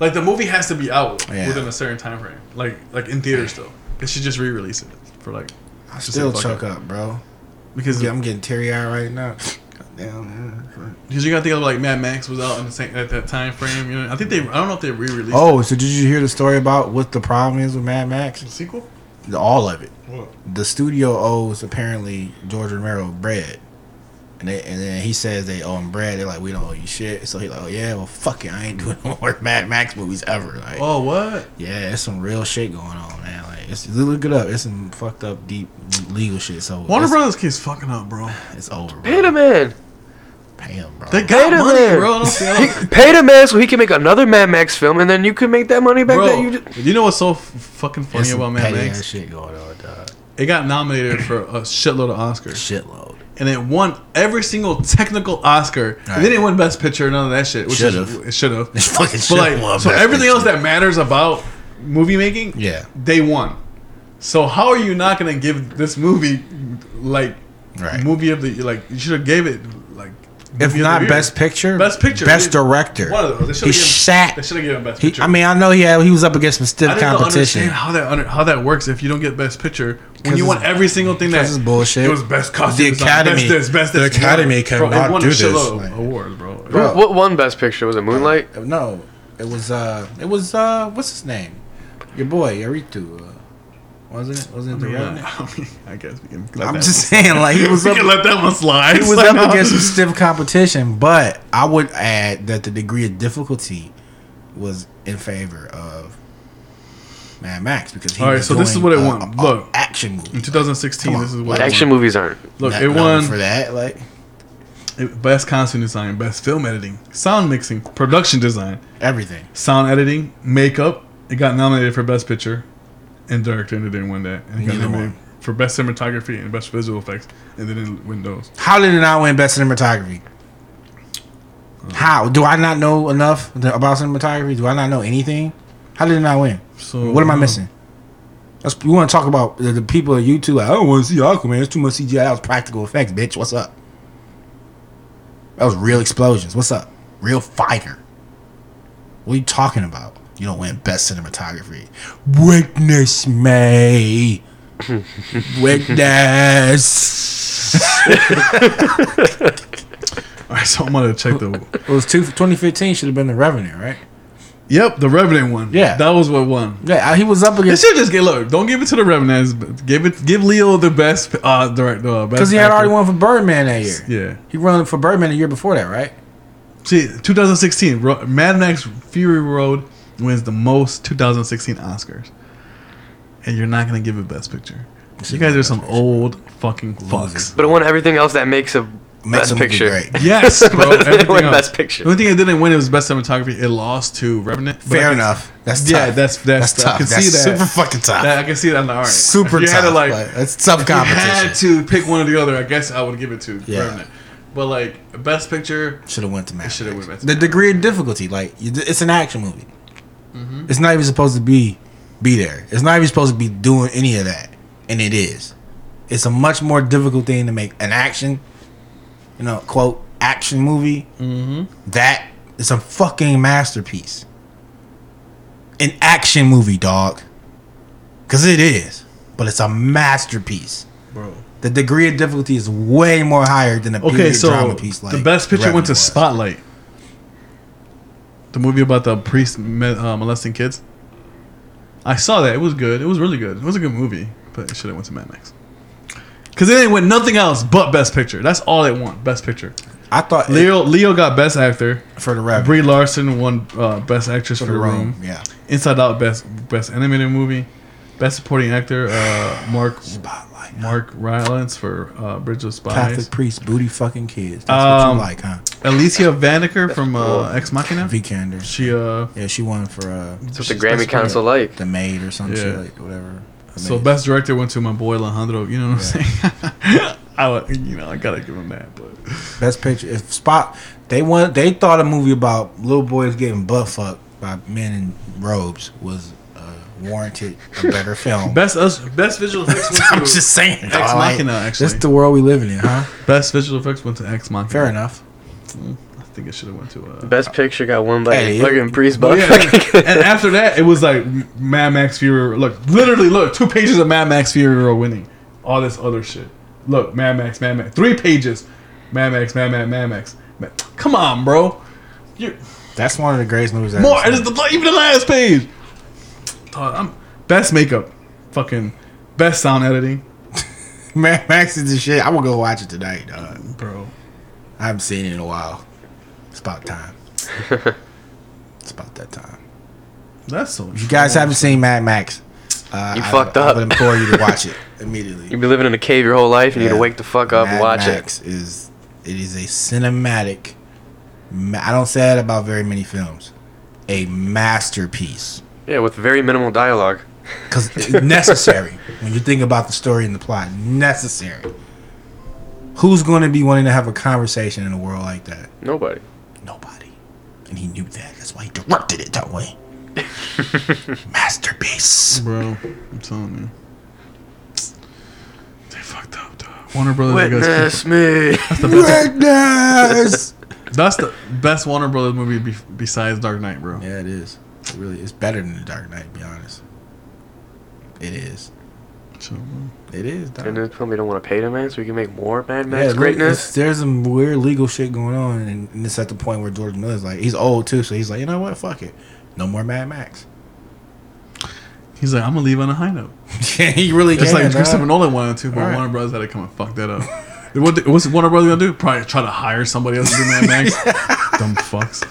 like the movie has to be out Yeah. within a certain time frame, like like in theaters though. They should just re-release it for like I Just still say fuck choke up, bro. because Yeah, I'm getting teary eyed right now. Goddamn, man. Because you gotta think of like Mad Max was out in the same at that time frame. You know, I think they. I don't know if they re-released it. Oh, so did you hear the story about what the problem is with Mad Max? the sequel. All of it. What? The studio owes apparently George Romero bread. And, they, and then he says they owe him bread. They're like, we don't owe you shit. So he's like, oh yeah, well fuck it, I ain't doing no more Mad Max movies ever. Like, Oh, what? yeah, it's some real shit going on, man. Like, it's, look it up. It's some fucked up deep legal shit. So Warner it's, Brothers keeps fucking up, bro. it's over. Bro. Pay the man. Pay him, bro. They Pay got the money, man. bro. I don't see- I don't- He- Pay the man so he can make another Mad Max film, and then you can make that money back that Bro, you. you, Just, know what's so f- fucking funny It's some about Mad petty Max? ass shit going on, dog. It got nominated for a shitload of Oscars, Shitload. and it won every single technical Oscar. And then Right. it won Best Picture, none of that shit. Which is Should've. It should have. It's fucking But like, shitload, so man. everything else that matters about movie making, Yeah. they won. So how are you not gonna give this movie like Right. movie of the like you should have gave it like movie of if the not year. best picture, Best picture, best they- director. One of those. he They should have given, They sat. should have given best He, picture. I mean, I know he had, he was up against some stiff I just don't competition. understand how that under, how that works if you don't get best picture when 'Cause you won it's- every single thing that because it's bullshit. It was best costume, The design, Academy- best this, best the this. Academy cannot it won do a this, shitload of like- awards, bro. Bro. Who- what one Best Picture was it? Moonlight. No, it was uh, it was uh, what's his name? Your boy Yaritu. Uh, wasn't it? Wasn't it the Yeah, redneck? I, mean, I guess we can. Let I'm that just saying, like he was one, up. we can let that one slide. He was Like, up no. against some stiff competition, but I would add that the degree of difficulty was in favor of Mad Max because he All right, was so this is doing what it a- won. a- a Look. action movie. in 2016. Come This is on. what it Action won. movies aren't. Look, Not- it not won for that. Like It- Best costume design, best film editing, sound mixing, production design, everything. sound editing, makeup. It got nominated for best picture and director, and it didn't win that. And it got Neither nominated for best cinematography and best visual effects, and they didn't win those. How did it not win best cinematography? How do I not know enough th- about cinematography? Do I not know anything? How did it not win? So what am I uh, missing? That's, we want to talk about the, the people at YouTube. Like, I don't want to see Aquaman. It's too much CGI. That was practical effects, bitch. What's up? That was real explosions. What's up? Real fire. What are you talking about? You don't win best cinematography. Witness me. Witness. All right, so I'm gonna check the. It was two, 2015 should have been the revenue, right? yep, the Revenant one. Yeah. that was what won. Yeah, he was up They against should just get look. Don't give it to the Revenants. but Give it. Give Leo the best uh, director. Uh, best because he had actor. already won for Birdman that year. Yeah. He won for Birdman the year before that, right? See, 2016, Ro- Mad Max Fury Road wins the most 2016 Oscars. And you're not going to give it Best Picture. You guys are some old fucking fucks. But it won everything else that makes a Make Best the movie picture. great. Yes, bro. But they everything won else. Best Picture. The only thing it didn't win it was best cinematography. It lost to Revenant. but I Fair can- enough. That's tough. Yeah, that's- that's- I tough. can that's see that. Super fucking tough. that- I can see that on the art. super If you tough. Had to like, but that's tough if you had competition. to pick one or the other. I guess I would give it to Yeah. Revenant. But like best picture, Should have went to Matt. shoulda went Matt The Max. degree of difficulty, like you- it's an action movie. Mm-hmm. It's not even supposed to be be there. It's not even supposed to be doing any of that, and it is. It's a much more difficult thing to make an action, you know, quote action movie. Mm. Mm-hmm. That is a fucking masterpiece. An action movie, dog. Cause it is, but it's a masterpiece. bro. The degree of difficulty is way more higher than a Okay, period so drama piece. Like the best picture went Revenant to was. Spotlight, the movie about the priest me- uh, molesting kids. I saw that. It was good. It was really good. It was a good movie, but it should have went to Mad Max. Cause it didn't win nothing else but Best Picture. That's all it won. Best Picture. I thought it- Leo Leo got Best Actor. for the rap Brie Larson won uh, Best Actress for, the The Room. room. Yeah, Inside Out Best Best Animated Movie. Best Supporting Actor uh, Mark spotlight. Mark Rylance for uh, Bridge of Spies. Catholic priest, booty fucking kids. That's what Um, you like, huh? Alicia Vandeker from uh, Ex Machina. Vikander. She uh, Yeah, she won for uh, That's what the Grammy Council like. the maid or some shit Yeah. like whatever. I So mean, best director went to my boy Alejandro. You know what I'm saying? I would, you know I gotta give him that, but best picture. If spot, they want they thought a movie about little boys getting butt fucked by men in robes was uh, warranted a better film. best us best visual effects went to I'm just saying. Ex dog, like, Machina, actually. That's the world we living in, huh? best visual effects went to Ex Machina. Fair enough. I think it should have went to uh, Best Picture got one by Hey, fucking priest, But but yeah, and after that, it was like Mad Max Fury. Look, literally, look, two pages of Mad Max Fury Road winning. All this other shit. Look, Mad Max, Mad Max, three pages. Mad Max, Mad Max, Mad Max. Ma- Come on, bro. You That's one of the greatest movies. I've more. ever It's seen. the even the last page. Dog, I'm- best makeup, fucking best sound editing, Mad Max is the shit. I'm gonna go watch it tonight, dog. bro. I haven't seen it in a while. It's about time. it's about that time. That's so. If you guys haven't seen Mad Max, uh, You I- fucked I up. would implore you to watch it immediately. you be living in a cave your whole life and you need Yeah. to wake the fuck up and Mad watch it. Max is it is a cinematic. ma- I don't say that about very many films. A masterpiece Yeah, with very minimal dialogue. because necessary when you think about the story and the plot. Necessary. Who's going to be wanting to have a conversation in a world like that? Nobody. Nobody. And he knew that. That's why he directed it that way. Masterpiece. bro. I'm telling you. They fucked up, dog. Warner Brothers. I guess, Witness me. Greatness. That's the best Warner Brothers movie be- besides Dark Knight, bro. yeah, it is. It really is better than The Dark Knight, to be honest. It is. So, It is. Dog. and this company don't want to pay the man so we can make more Mad Yeah, Max look, it's- greatness. there's some weird legal shit going on, and, and it's at the point where George Miller's like, he's old too, so he's like, you know what, fuck it, no more Mad Max. he's like, I'm gonna leave on a high note. yeah, he really It's can. like Like Christopher Nolan wanted to, but Alright. Warner Brothers had to come and fuck that up. what the, what's Warner Brothers gonna do? Probably try to hire somebody else to do Mad Max. Dumb fucks.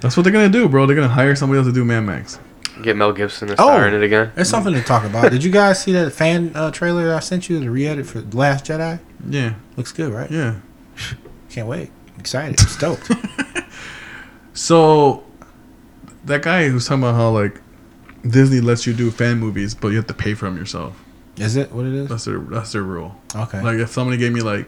That's what they're gonna do, bro. They're gonna hire somebody else to do Mad Max. Get Mel Gibson to star Oh. in it again. There's something to talk about. Did you guys see that fan uh, trailer that I sent you, the re-edit for The Last Jedi? Yeah, Looks good, right? yeah. Can't wait. Excited. I'm stoked. So that guy who's talking about how like Disney lets you do fan movies, but you have to pay for them yourself. is it what it is? That's their that's their rule. Okay. Like if somebody gave me like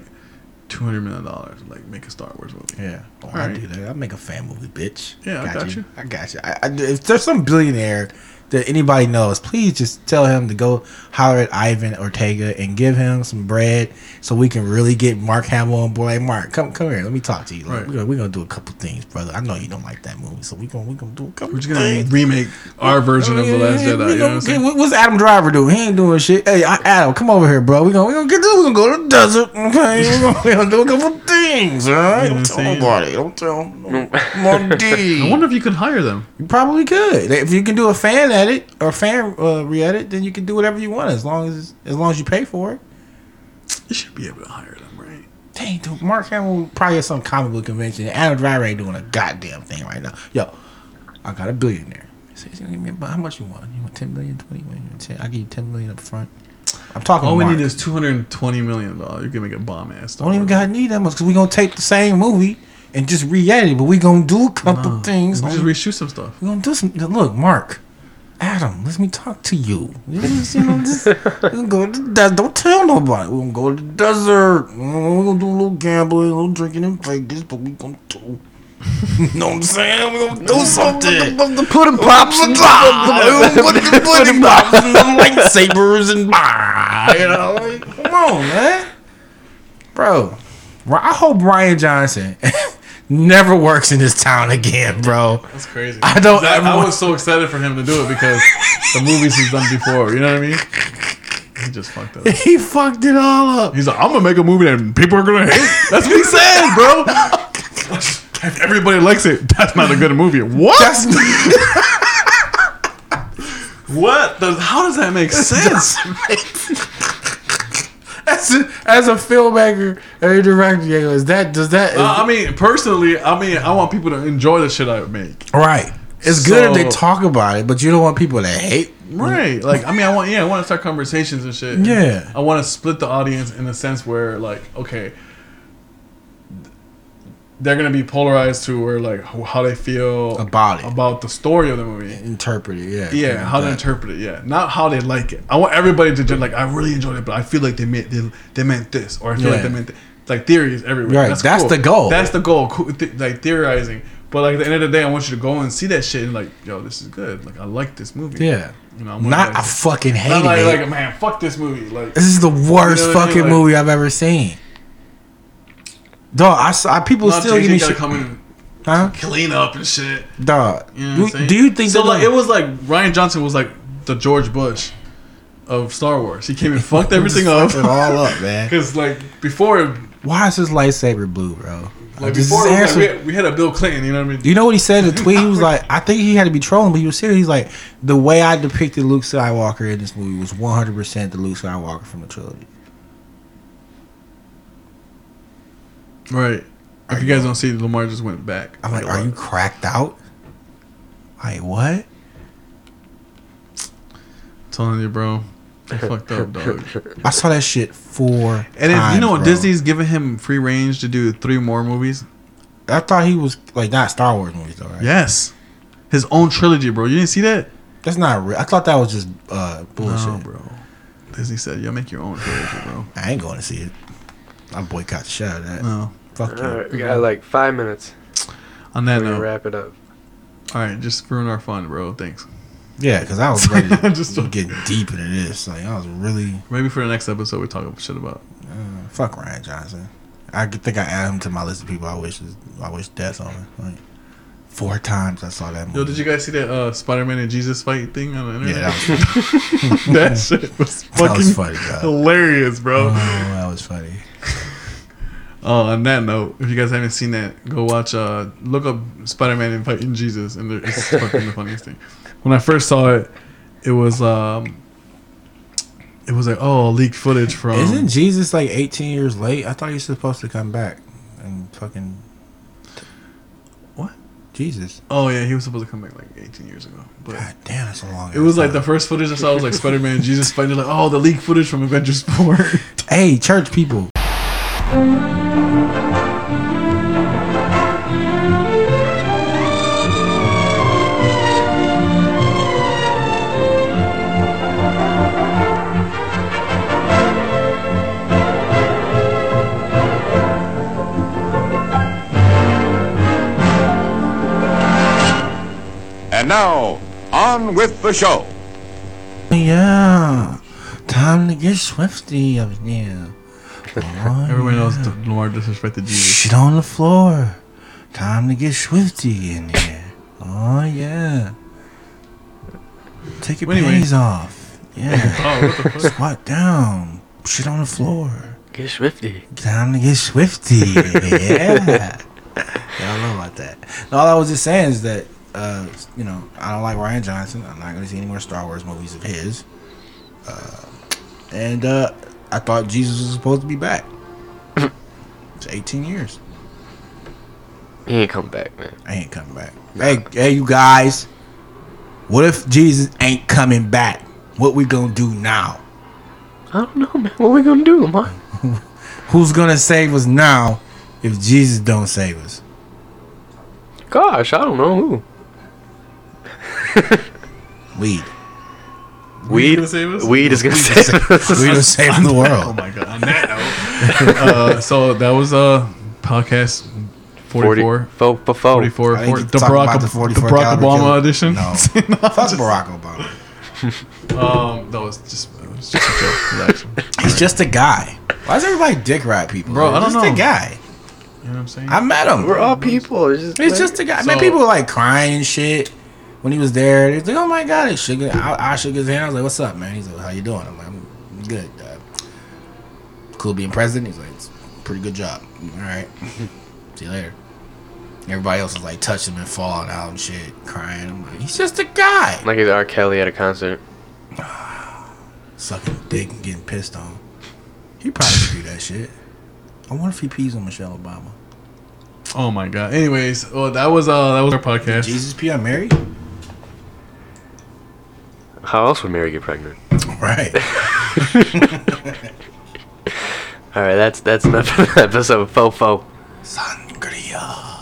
two hundred million dollars, like make a Star Wars movie. yeah. Oh, I Alright. do that. I make a fan movie, bitch. Yeah, I got you. I got you. I, I do- if there's some billionaire that anybody knows, please just tell him to go holler at Ivan Ortega and give him some bread so we can really get Mark Hamill on board. Like, Mark, come come here. Let me talk to you. Like, Right. we're, gonna, we're gonna do a couple things, brother. I know you don't like that movie, so we gonna we gonna do a couple. We're just gonna things. remake our version of the Last Oh, Yeah, Jedi. we You know gonna what I'm get- saying? what- What's Adam Driver doing? He ain't doing shit. Hey, I- Adam, come over here, bro. We gonna we gonna get this. We gonna go to the desert. Okay, we gonna, we gonna do a couple things. All right. what I'm don't tell saying? nobody. Don't tell nobody. I wonder if you could hire them. you probably could if you can do a fan edit or fan uh, re-edit. Then you can do whatever you want as long as as long as you pay for it. You should be able to hire them, right? Dang, dude, Mark Hamill probably at some comic book convention. Adam Driver ain't doing a goddamn thing right now. Yo, I got a billionaire. He says, "Give me a bu- How much you want? You want 10 million, 20 million, 10? I'll give you 10 million up front. I'm talking. All we Mark. need is two hundred and twenty million dollars. You can make a bomb ass. Don't even gotta need that much because we gonna take the same movie and just re-edit it, but we gonna do a couple things. We on- just reshoot some stuff. we gonna do some. Look, Mark, Adam, let me talk to you. Just, you know, just, we gonna go to the desert. Don't tell nobody. We gonna go to the desert. We gonna do a little gambling, a little drinking in Vegas, but we gonna do. You know what I'm saying? We gonna do something. The pudding pops. Put the pudding pops and the lightsabers and bah, you know. like, Come on, man, bro. Ri- I hope Ryan Johnson never works in this town again, bro. That's crazy. I don't I, ever I want- was so excited for him to do it because the movies he's done before. You know what I mean? He just fucked up. He fucked it all up. He's like, I'm gonna make a movie that people are gonna hate. That's what he said, bro. If everybody likes it, that's not a good movie. What? That's what? The- how does that make sense? as a, as a filmmaker and a director, Diego, is that does that Uh, I mean, personally, I mean, I want people to enjoy the shit I make. right? It's good if they So- talk about it, but you don't want people to hate. Right. Like, I mean, I want, yeah, I want to start conversations and shit. Yeah. I want to split the audience in a sense where, like, okay, they're going to be polarized to where, like, ho- how they feel About it. about the story of the movie. Interpret it, yeah. Yeah, how to they interpret it. Yeah, not how they like it. I want everybody to just like, I really enjoyed it, but I feel like they meant they, they meant this, or I feel like Yeah. they meant th- it's like theories everywhere. Right, that's the goal. That's the goal. Cool, th- like theorizing, but like at the end of the day, I want you to go and see that shit and like, yo, this is good. Like I like this movie. Yeah, you know, I'm not I like, fucking hate not like, it. like man, fuck this movie. Like this is the worst You know what I mean? fucking Like- movie I've ever seen. Dog, I, saw, I people not still give me gotta shit. come and Huh? clean up and shit. Dog, You know what I'm do, saying? do you think so? they're Like gonna- it was like Ryan Johnson was like the George Bush of Star Wars. He came and fucked everything up. Fucked it all up, man? Because like before, Why is his lightsaber blue, bro? like Just before, it was answer- like, we, had, we had a Bill Clinton. You know what I mean? You know what he said in the tweet? He was like, I think he had to be trolling, but he was serious. He's like, the way I depicted Luke Skywalker in this movie was 100% the Luke Skywalker from the trilogy. right. If you guys don't see, Lamar just went back. I'm like, are you cracked out? Like, what? telling you, bro? They fucked up, dog. I saw that shit four And then, you times, know, bro. Disney's giving him free range to do three more movies. I thought he was, like, not Star Wars movies, though, right? Yes, his own trilogy, bro. You didn't see that? That's not real. I thought that was just uh, bullshit. No, bro. Disney said, "Yo, make your own trilogy, bro." I ain't going to see it. I boycott the shit out of that. No. Fuck you. All right, we got like five minutes. On that We can note, wrap it up. all right, just ruin our fun, bro. Thanks. Yeah, because I was ready to Just- get deep into this. Like, I was really. Maybe for the next episode, we talk shit about. Fuck Ryan Johnson. I could think I add him to my list of people I wish I wish death on. him. Like, four times I saw that movie. Yo, did you guys see that uh, Spider-Man and Jesus fight thing on the internet? Yeah, that was, that shit was fucking that was funny. dog. hilarious, bro. Oh, that was funny. Oh, on that note, if you guys haven't seen that, go watch. Uh, look up Spider-Man and fighting Jesus, and there- it's fucking the funniest thing. When I first saw it, it was um, it was like oh leaked footage from. Isn't Jesus like 18 years late? I thought he was supposed to come back and fucking. What? Jesus. oh yeah, he was supposed to come back like 18 years ago, but. God damn, that's a long. It was like the first footage I saw was like Spider-Man and Jesus fighting. Like, oh, the leaked footage from Avengers Four. Hey, church people. And now, on with the show. Yeah, time to get swifty up there. Oh, Everyone knows the Lamar disrespected Jesus. Shit on the floor. Time to get swifty in here. Oh yeah. Take your Anyway. panties off. Yeah. Oh, what the fuck? Squat down. Shit on the floor. Get swifty. Time to get swifty. yeah. Y'all know about that. All I was just saying is that uh, you know I don't like Ryan Johnson. I'm not going to see any more Star Wars movies of his. Uh, and uh, I thought Jesus was supposed to be back. it's 18 years. He ain't come back, man. I ain't coming back. Hey, hey, you guys. What if Jesus ain't coming back? What we gonna do now? I don't know, man. What we gonna do, Lamar? Who's gonna save us now if Jesus don't save us? Gosh, I don't know who. Weed. Weed, gonna save us? weed is gonna save us. Weed will save the Oh world. my god! On that note, uh, so that was uh, podcast 44. Fo- fo- fo. 44, I think you the talking Barack, about the $44 Barack caliber Obama killer. edition. No. Fuck Barack Obama. Um, that was just, it was just a joke. Relax. He's just a guy. Why does everybody dick ride people? Bro, I don't He's just know. a guy. You know what I'm saying? I met him. We're all people. It's just, It's just a guy. Man, So- people were like crying and shit when he was there. They like, oh my god, he shook it. I, I shook his hand. I was like, what's up, man? He's like, how you doing? I'm like, I'm good. Uh, cool being president. He's like, it's a pretty good job. All right, see you later. Everybody else is like touching him and falling out and shit, crying. I'm like, he's just a guy like it's R. Kelly at a concert. sucking dick and getting pissed on. He probably could do that shit. I wonder if he pees on Michelle Obama. oh my god. Anyways, well, that was uh, that was our podcast. Jesus pee on Mary? How else would Mary get pregnant? Right. All right, that's that's enough for the episode. Fo fo. Sangria.